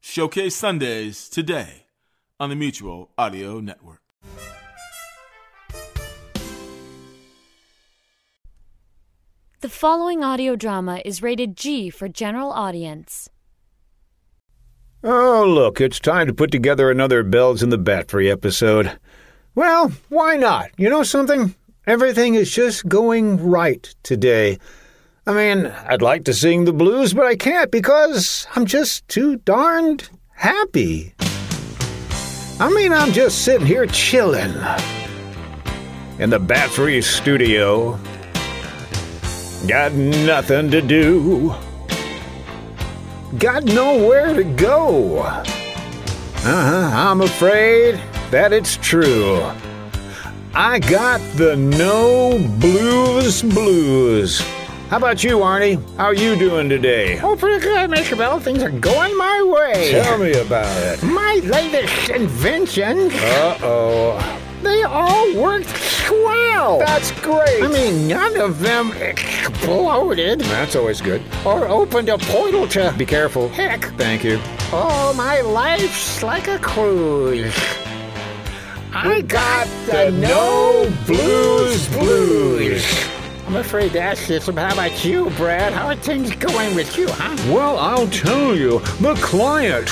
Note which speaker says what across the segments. Speaker 1: Showcase Sundays today on the Mutual Audio Network.
Speaker 2: The following audio drama is rated G for general audience.
Speaker 3: Oh, look, it's time to put together another Bells in the Battery episode. Well, why not? You know something? Everything is just going right today. I mean, I'd like to sing the blues, but I can't because I'm just too darned happy. I mean, I'm just sitting here chilling in the Battery studio. Got nothing to do got nowhere to go. Uh-huh, I'm afraid that it's true. I got the no blues blues. How about you, Arnie? How are you doing today?
Speaker 4: Oh, pretty good, Mr. Bell. Things are going my way.
Speaker 3: Tell me about it. Oh,
Speaker 4: My latest inventions,
Speaker 3: Uh-oh.
Speaker 4: they all worked swell.
Speaker 3: That's great.
Speaker 4: I mean, none of them exploded
Speaker 3: that's always good.
Speaker 4: or opened a portal to
Speaker 3: Be careful.
Speaker 4: heck.
Speaker 3: Thank you.
Speaker 4: All my life's like a cruise. I got the no blues blues. I'm afraid to ask this, but how about you, Brad? How are things going with you, huh?
Speaker 3: Well, I'll tell you, the client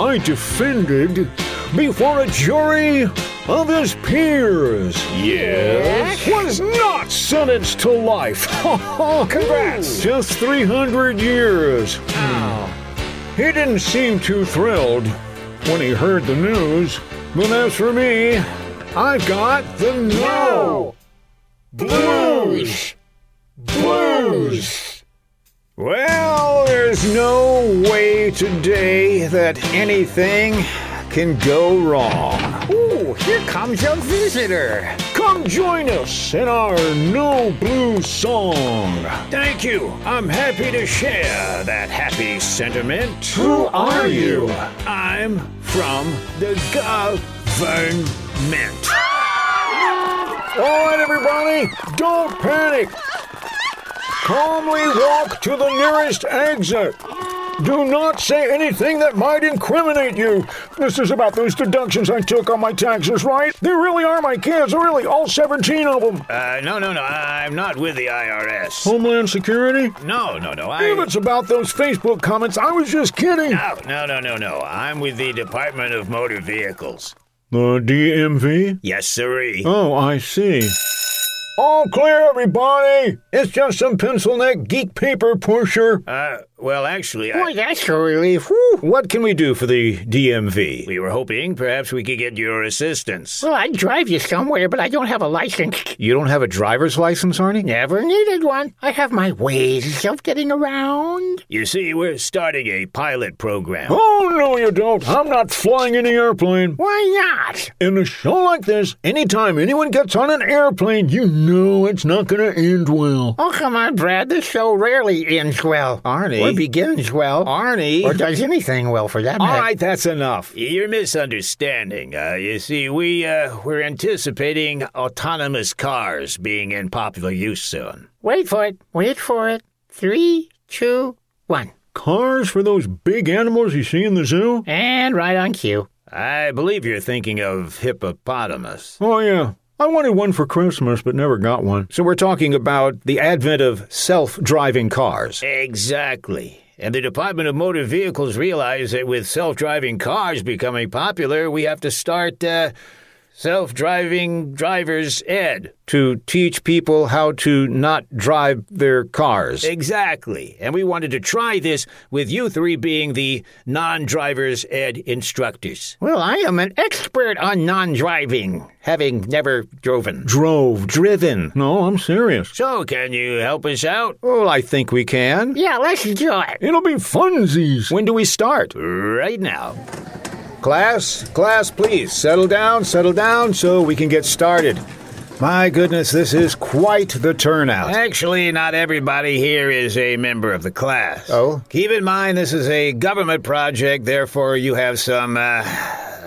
Speaker 3: I defended before a jury of his peers. Yes. Was not sentenced to life. Congrats. Just 300 years. He didn't seem too thrilled when he heard the news. But as for me, I've got the no. Blues. Blues. Well, there's no way today that anything can go wrong.
Speaker 4: Ooh, here comes a visitor.
Speaker 3: Come join us in our No Blue song. Thank you. I'm happy to share that happy sentiment. Who
Speaker 4: are you?
Speaker 3: I'm from the government. All right, everybody, don't panic. Calmly walk to the nearest exit. Do not say anything that might incriminate you. This is about those deductions I took on my taxes, right? They really are my kids, really, all 17 of them.
Speaker 5: Uh, no, no, no. I'm not with the IRS.
Speaker 3: Homeland Security?
Speaker 5: No, no, no. I.
Speaker 3: If it's about those Facebook comments, I was just kidding.
Speaker 5: No, no, no, no, no. I'm with the Department of Motor Vehicles.
Speaker 3: The DMV?
Speaker 5: Yes, sirree.
Speaker 3: Oh, I see. All clear, everybody! It's just some pencil neck geek paper pusher.
Speaker 5: Uh, well, actually, I,
Speaker 4: Boy, that's a relief.
Speaker 3: Whew, what can we do for the DMV?
Speaker 5: we were hoping perhaps we could get your assistance.
Speaker 4: Well, I'd drive you somewhere, but I don't have a license.
Speaker 3: You don't have a driver's license, Arnie?
Speaker 4: Never needed one. I have my ways of getting around.
Speaker 5: You see, we're starting a pilot program.
Speaker 3: Oh, no, you don't. I'm not flying any airplane.
Speaker 4: Why not?
Speaker 3: In a show like this, anytime anyone gets on an airplane, you know it's not going to end well.
Speaker 4: Oh, come on, Brad. This show rarely ends well.
Speaker 3: Arnie.
Speaker 4: Or begins well.
Speaker 3: Arnie.
Speaker 4: Or does anything well, for that matter.
Speaker 3: All right, that's enough.
Speaker 5: You're misunderstanding. Uh, you see, we uh, we're anticipating autonomous cars being in popular use soon.
Speaker 4: Wait for it. Wait for it. Three, two, one.
Speaker 3: Cars for those big animals you see in the zoo?
Speaker 4: And right on cue.
Speaker 5: I believe you're thinking of hippopotamus.
Speaker 3: Oh, yeah. I wanted one for Christmas, but never got one. So we're talking about the advent of self driving cars.
Speaker 5: Exactly. And the Department of Motor Vehicles realized that with self driving cars becoming popular, we have to start uh, self driving driver's ed.
Speaker 3: To teach people how to not drive their cars.
Speaker 5: Exactly. And we wanted to try this with you three being the non driver's ed instructors.
Speaker 4: Well, I am an expert on non driving, having never driven.
Speaker 3: Drove, driven. No, I'm serious.
Speaker 5: So, can you help us out?
Speaker 3: Well, Oh, I think we can.
Speaker 4: Yeah, let's do it.
Speaker 3: It'll be funsies. When do we start?
Speaker 5: Right now.
Speaker 3: Class, class, please settle down, settle down so we can get started. My goodness, this is quite the turnout.
Speaker 5: Actually, not everybody here is a member of the class.
Speaker 3: Oh?
Speaker 5: Keep in mind, this is a government project, therefore, you have some, uh,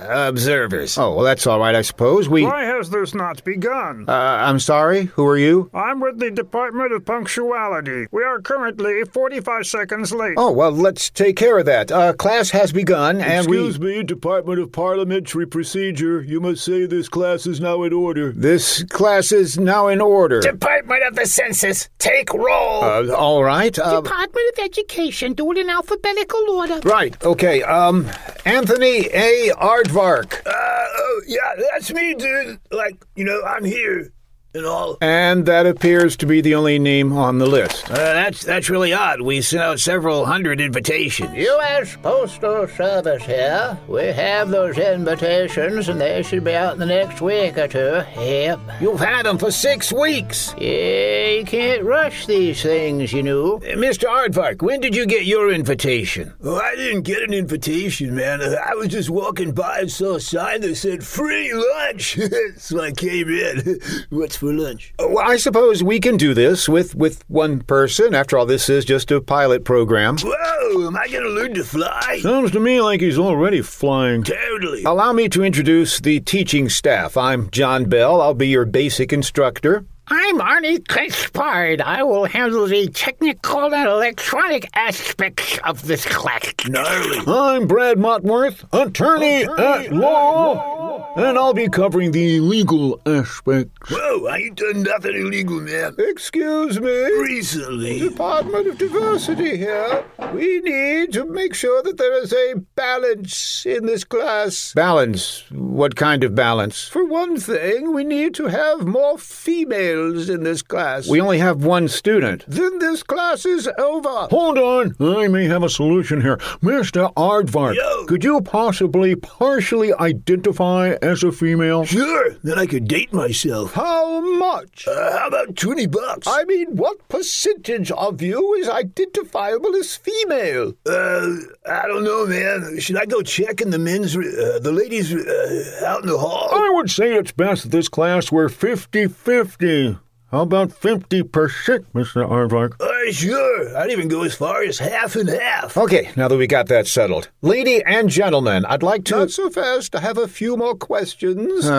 Speaker 6: observers.
Speaker 5: Oh, well, that's all right, I suppose. We. Uh,
Speaker 7: Why has this not begun?
Speaker 5: I'm sorry, who are you?
Speaker 7: I'm with the Department of Punctuality. We are currently 45 seconds late.
Speaker 5: Oh, well, let's take care of that. Uh, class has begun, and we.
Speaker 3: Excuse me, Department of Parliamentary Procedure. You must say this class is now in order.
Speaker 5: This class is now in order.
Speaker 6: Department of the Census, take roll.
Speaker 5: Uh, all right. Uh,
Speaker 4: Department of Education, do it in alphabetical order.
Speaker 5: right. Okay. Um, Anthony A. Aardvark.
Speaker 6: oh, yeah, that's me, dude. Like, you know, I'm here and all.
Speaker 5: And that appears to be the only name on the list.
Speaker 6: Uh, that's that's really odd. We sent out several hundred invitations.
Speaker 4: U.S. Postal Service here. We have those invitations, and they should be out in the next week or two. Yep.
Speaker 6: You've had them for six weeks.
Speaker 4: Yeah, you can't rush these things, you know.
Speaker 6: Uh, Mr. Aardvark, when did you get your invitation?
Speaker 8: Well, Oh, I didn't get an invitation, man. Uh, I was just walking by and saw a sign that said free lunch. so I came in. What's for lunch?
Speaker 5: Uh, Well, I suppose we can do this with, with one person. After all, this is just a pilot program.
Speaker 8: Whoa, am I going to learn to fly?
Speaker 3: Sounds to me like he's already flying.
Speaker 8: Totally.
Speaker 5: Allow me to introduce the teaching staff. I'm John Bell. I'll be your basic instructor.
Speaker 4: I'm Arnie Crespard. I will handle the technical and electronic aspects of this class.
Speaker 8: Gnarly.
Speaker 3: I'm Brad Motworth, attorney, at law, and I'll be covering the legal aspects.
Speaker 8: Whoa, I ain't done nothing illegal, man.
Speaker 5: Excuse me.
Speaker 8: Recently.
Speaker 5: Department of Diversity here. We need to make sure that there is a balance in this class. Balance? What kind of balance? For one thing, we need to have more females in this class. We only have one student. Then this class is over.
Speaker 3: Hold on, I may have a solution here. Mr. Aardvark,
Speaker 8: Yo.
Speaker 3: could you possibly partially identify as a female?
Speaker 8: Sure, then I could date myself.
Speaker 5: How much?
Speaker 8: Uh, how about 20 bucks?
Speaker 5: I mean, what percentage of you is identifiable as female?
Speaker 8: Uh, I don't know, man. Should I go check in the men's, re- uh, the ladies' re- uh, out in the hall?
Speaker 3: I would say it's best that this class were 50 50. How about 50%, Mr. Aardvark?
Speaker 8: Uh, sure. I'd even go as far as half and half.
Speaker 5: Okay, now that we got that settled. Lady and gentlemen, I'd like to. Uh. Not so fast. I have a few more questions.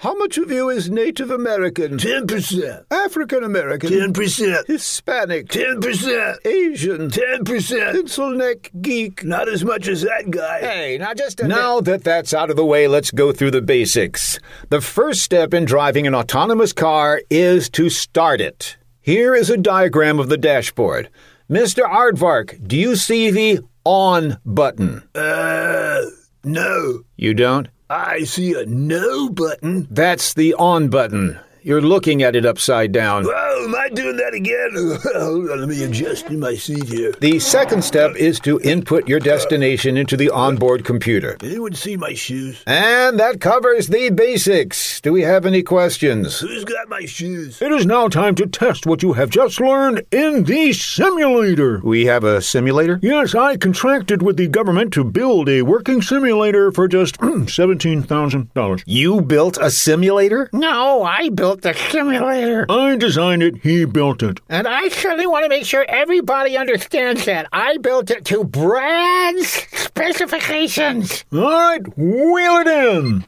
Speaker 5: How much of you is Native American,
Speaker 8: 10%.
Speaker 5: African American,
Speaker 8: 10%.
Speaker 5: Hispanic,
Speaker 8: 10%.
Speaker 5: Asian,
Speaker 8: 10%.
Speaker 5: pencil-neck geek?
Speaker 8: Not as much as that guy.
Speaker 5: Hey, now just now that that's out of the way, let's go through the basics. The first step in driving an autonomous car is to start it. Here is a diagram of the dashboard. Mr. Aardvark, do you see the on button?
Speaker 8: Uh, no.
Speaker 5: You don't?
Speaker 8: I see a no button.
Speaker 5: That's the on button. You're looking at it upside down.
Speaker 8: Whoa, am I doing that again? Hold on, let me adjust in my seat here.
Speaker 5: The second step is to input your destination into the onboard computer.
Speaker 8: Anyone see my shoes?
Speaker 5: And that covers the basics. Do we have any questions?
Speaker 8: Who's got my shoes?
Speaker 3: It is now time to test what you have just learned in the simulator.
Speaker 5: We have a simulator?
Speaker 3: Yes, I contracted with the government to build a working simulator for just $17,000.
Speaker 5: You built a simulator?
Speaker 4: No, I built the simulator.
Speaker 3: I designed it, he built it.
Speaker 4: And I certainly want to make sure everybody understands that. I built it to Brad's specifications.
Speaker 3: All right, wheel it in.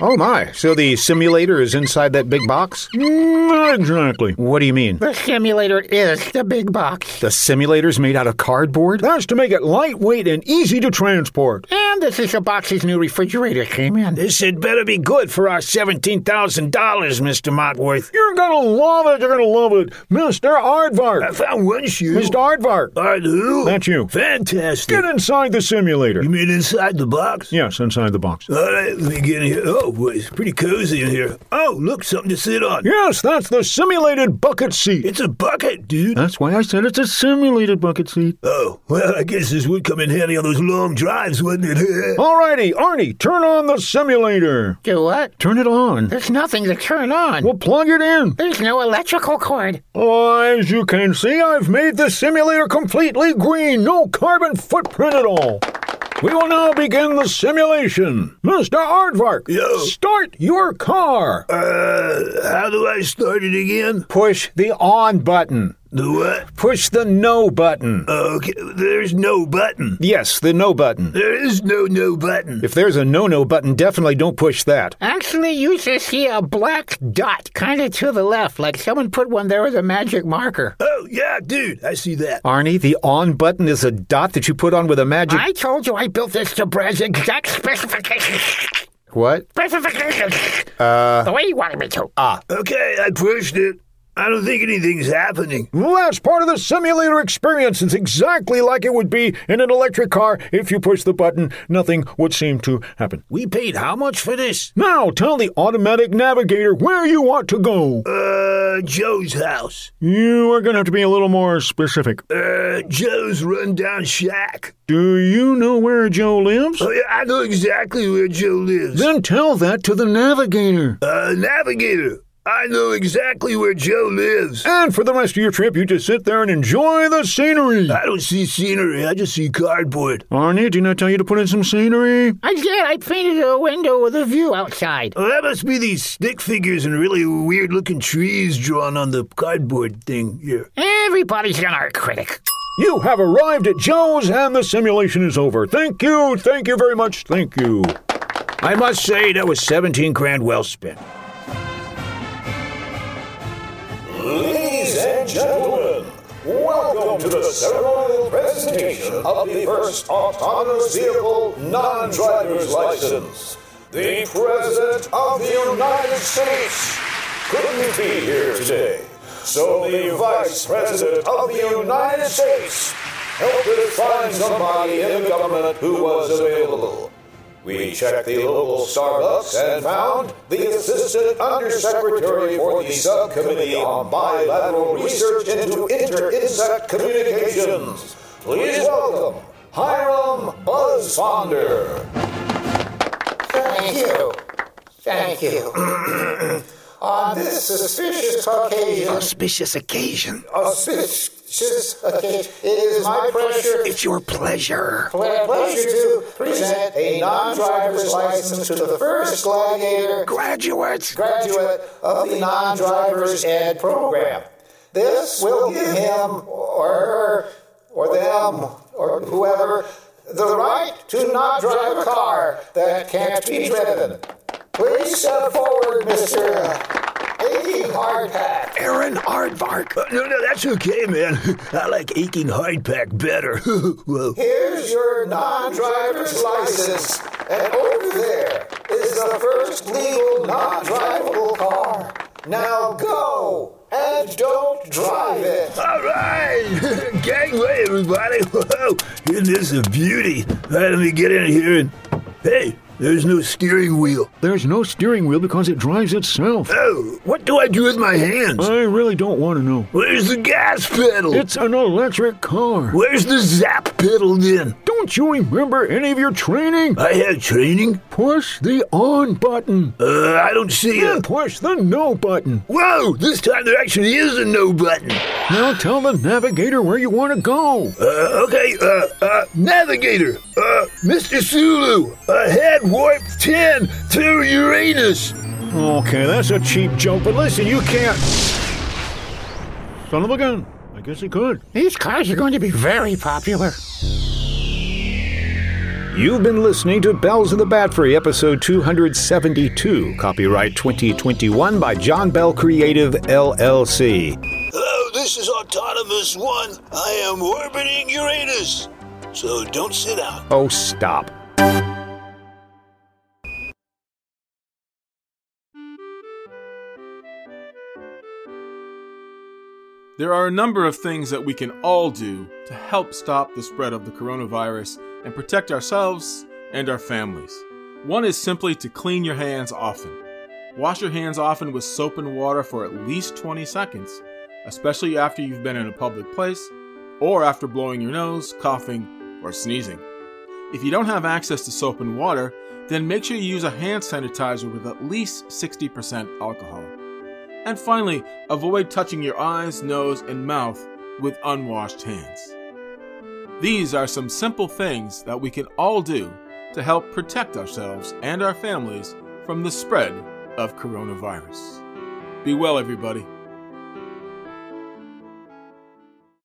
Speaker 5: Oh my, so the simulator is inside that big box?
Speaker 3: Not exactly.
Speaker 5: What do you mean?
Speaker 4: The simulator is the big box.
Speaker 5: The simulator's made out of cardboard?
Speaker 3: That's to make it lightweight and easy to transport.
Speaker 4: And this is the box's new refrigerator came in.
Speaker 6: This had better be good for our $17,000, Mr. Motworth.
Speaker 3: You're gonna love it, you're gonna love it. Mr.
Speaker 8: I
Speaker 3: Aardvark!
Speaker 8: found one shoe.
Speaker 3: Mr. Aardvark!
Speaker 8: All right, who?
Speaker 3: That's you.
Speaker 8: Fantastic.
Speaker 3: Get inside the simulator.
Speaker 8: uh, You mean inside the box?
Speaker 3: Yes, inside the box.
Speaker 8: All right, let me get in here. Oh, boy, it's pretty cozy in here. Oh, look, something to sit on.
Speaker 3: Yes, that's the simulated bucket seat.
Speaker 8: It's a bucket, dude.
Speaker 3: That's why I said it's a simulated bucket seat.
Speaker 8: Oh, well, I guess this would come in handy on those long drives, wouldn't it?
Speaker 3: Alrighty, Arnie, turn on the simulator.
Speaker 4: Do what?
Speaker 3: Turn it on.
Speaker 4: There's nothing to turn on.
Speaker 3: We'll plug it in.
Speaker 4: There's no electrical cord.
Speaker 3: Oh, as you can see, I've made the simulator completely green, no carbon footprint at all. We will now begin the simulation. Mr. Aardvark,
Speaker 8: Yo.
Speaker 3: start your car.
Speaker 8: uh, how do I start it again?
Speaker 5: Push the on button.
Speaker 8: The what?
Speaker 3: Push the no button.
Speaker 8: Okay, there's no button.
Speaker 3: Yes, the no button.
Speaker 8: There is no no button.
Speaker 3: If there's a no no button, definitely don't push that.
Speaker 4: Actually, you should see a black dot, kind of to the left, like someone put one there with a magic marker.
Speaker 8: Oh, yeah, dude, I see that.
Speaker 3: Arnie, the on button is a dot that you put on with a magic.
Speaker 4: I told you I built this to Brad's exact specifications.
Speaker 3: What?
Speaker 4: Specifications. the way you wanted me to.
Speaker 8: Okay, I pushed it. I don't think anything's happening.
Speaker 3: Well, that's part of the simulator experience. It's exactly like it would be in an electric car. If you push the button, nothing would seem to happen.
Speaker 8: We paid how much for this?
Speaker 3: Now tell the automatic navigator where you want to go.
Speaker 8: Uh, Joe's house.
Speaker 3: You are going to have to be a little more specific.
Speaker 8: Uh, Joe's rundown shack.
Speaker 3: Do you know where Joe lives?
Speaker 8: Oh, yeah, I know exactly where Joe lives.
Speaker 3: Then tell that to the navigator.
Speaker 8: Uh, navigator. I know exactly where Joe lives.
Speaker 3: And for the rest of your trip, you just sit there and enjoy the scenery.
Speaker 8: I don't see scenery. I just see cardboard.
Speaker 3: Arnie, did Uh, I tell you to put in some scenery?
Speaker 4: I did. I painted a window with a view outside.
Speaker 8: Oh, that must be these stick figures and really weird looking trees drawn on the cardboard thing here.
Speaker 4: Everybody's an art critic.
Speaker 3: You have arrived at Joe's and the simulation is over. Thank you, thank you very much, thank you.
Speaker 6: I must say that was 17 grand well spent.
Speaker 9: Ladies and gentlemen, welcome to the ceremonial presentation of the first autonomous vehicle non-driver's license. The President of the United States couldn't be here today, so the Vice President of the United States helped us find somebody in the government who was available. We checked the local Starbucks and found the Assistant Undersecretary for the Subcommittee on Bilateral Research into Inter-Insect Communications. Please welcome Hiram Buzzfonder.
Speaker 10: Thank you. Thank you. On this suspicious occasion,
Speaker 11: Auspicious occasion.
Speaker 10: auspicious occasion, it is my pleasure,
Speaker 11: It's your pleasure.
Speaker 10: my pleasure to present a non-driver's license to the first gladiator
Speaker 11: Graduates.
Speaker 10: graduate of the non-driver's ed program. This will give him or her or them or whoever the right to not drive a car that can't be driven. Please step forward, Mr. Aching Hardpack.
Speaker 11: Aaron Aardvark.
Speaker 8: Uh, no, no, that's okay, man. I like aching hardpack better. Whoa.
Speaker 10: Here's your non-driver's license, and over there is the first legal non-drivable car. Now go and don't drive it.
Speaker 8: All right, gangway, everybody. Whoa, isn't this a beauty? All right, let me get in here and hey, there's no steering wheel.
Speaker 3: There's no steering wheel because it drives itself.
Speaker 8: Oh, what do I do with my hands?
Speaker 3: I really don't want to know.
Speaker 8: Where's the gas pedal?
Speaker 3: It's an electric car.
Speaker 8: Where's the zap pedal then?
Speaker 3: Don't you remember any of your training?
Speaker 8: I had training.
Speaker 3: Push the on button.
Speaker 8: Uh, I don't see
Speaker 3: Then
Speaker 8: it.
Speaker 3: push the no button.
Speaker 8: Whoa, this time there actually is a no button.
Speaker 3: Now tell the navigator where you want to go.
Speaker 8: Uh, okay, uh, uh, navigator, uh, Mr. Sulu, ahead warp 10 to Uranus.
Speaker 3: Okay, that's a cheap joke, but listen, you can't. Son of a gun. I guess he could.
Speaker 4: These cars are going to be very popular.
Speaker 3: You've been listening to Bells of the Bat Free, episode 272, copyright 2021 by John Bell Creative LLC.
Speaker 8: Hello, Oh, this is Autonomous One. I am orbiting Uranus. So don't sit out.
Speaker 3: Oh, stop.
Speaker 1: There are a number of things that we can all do to help stop the spread of the coronavirus and protect ourselves and our families. One is simply to clean your hands often. Wash your hands often with soap and water for at least 20 seconds, especially after you've been in a public place or after blowing your nose, coughing, or sneezing. If you don't have access to soap and water, then make sure you use a hand sanitizer with at least 60% alcohol. And finally, avoid touching your eyes, nose, and mouth with unwashed hands. These are some simple things that we can all do to help protect ourselves and our families from the spread of coronavirus. Be well, everybody.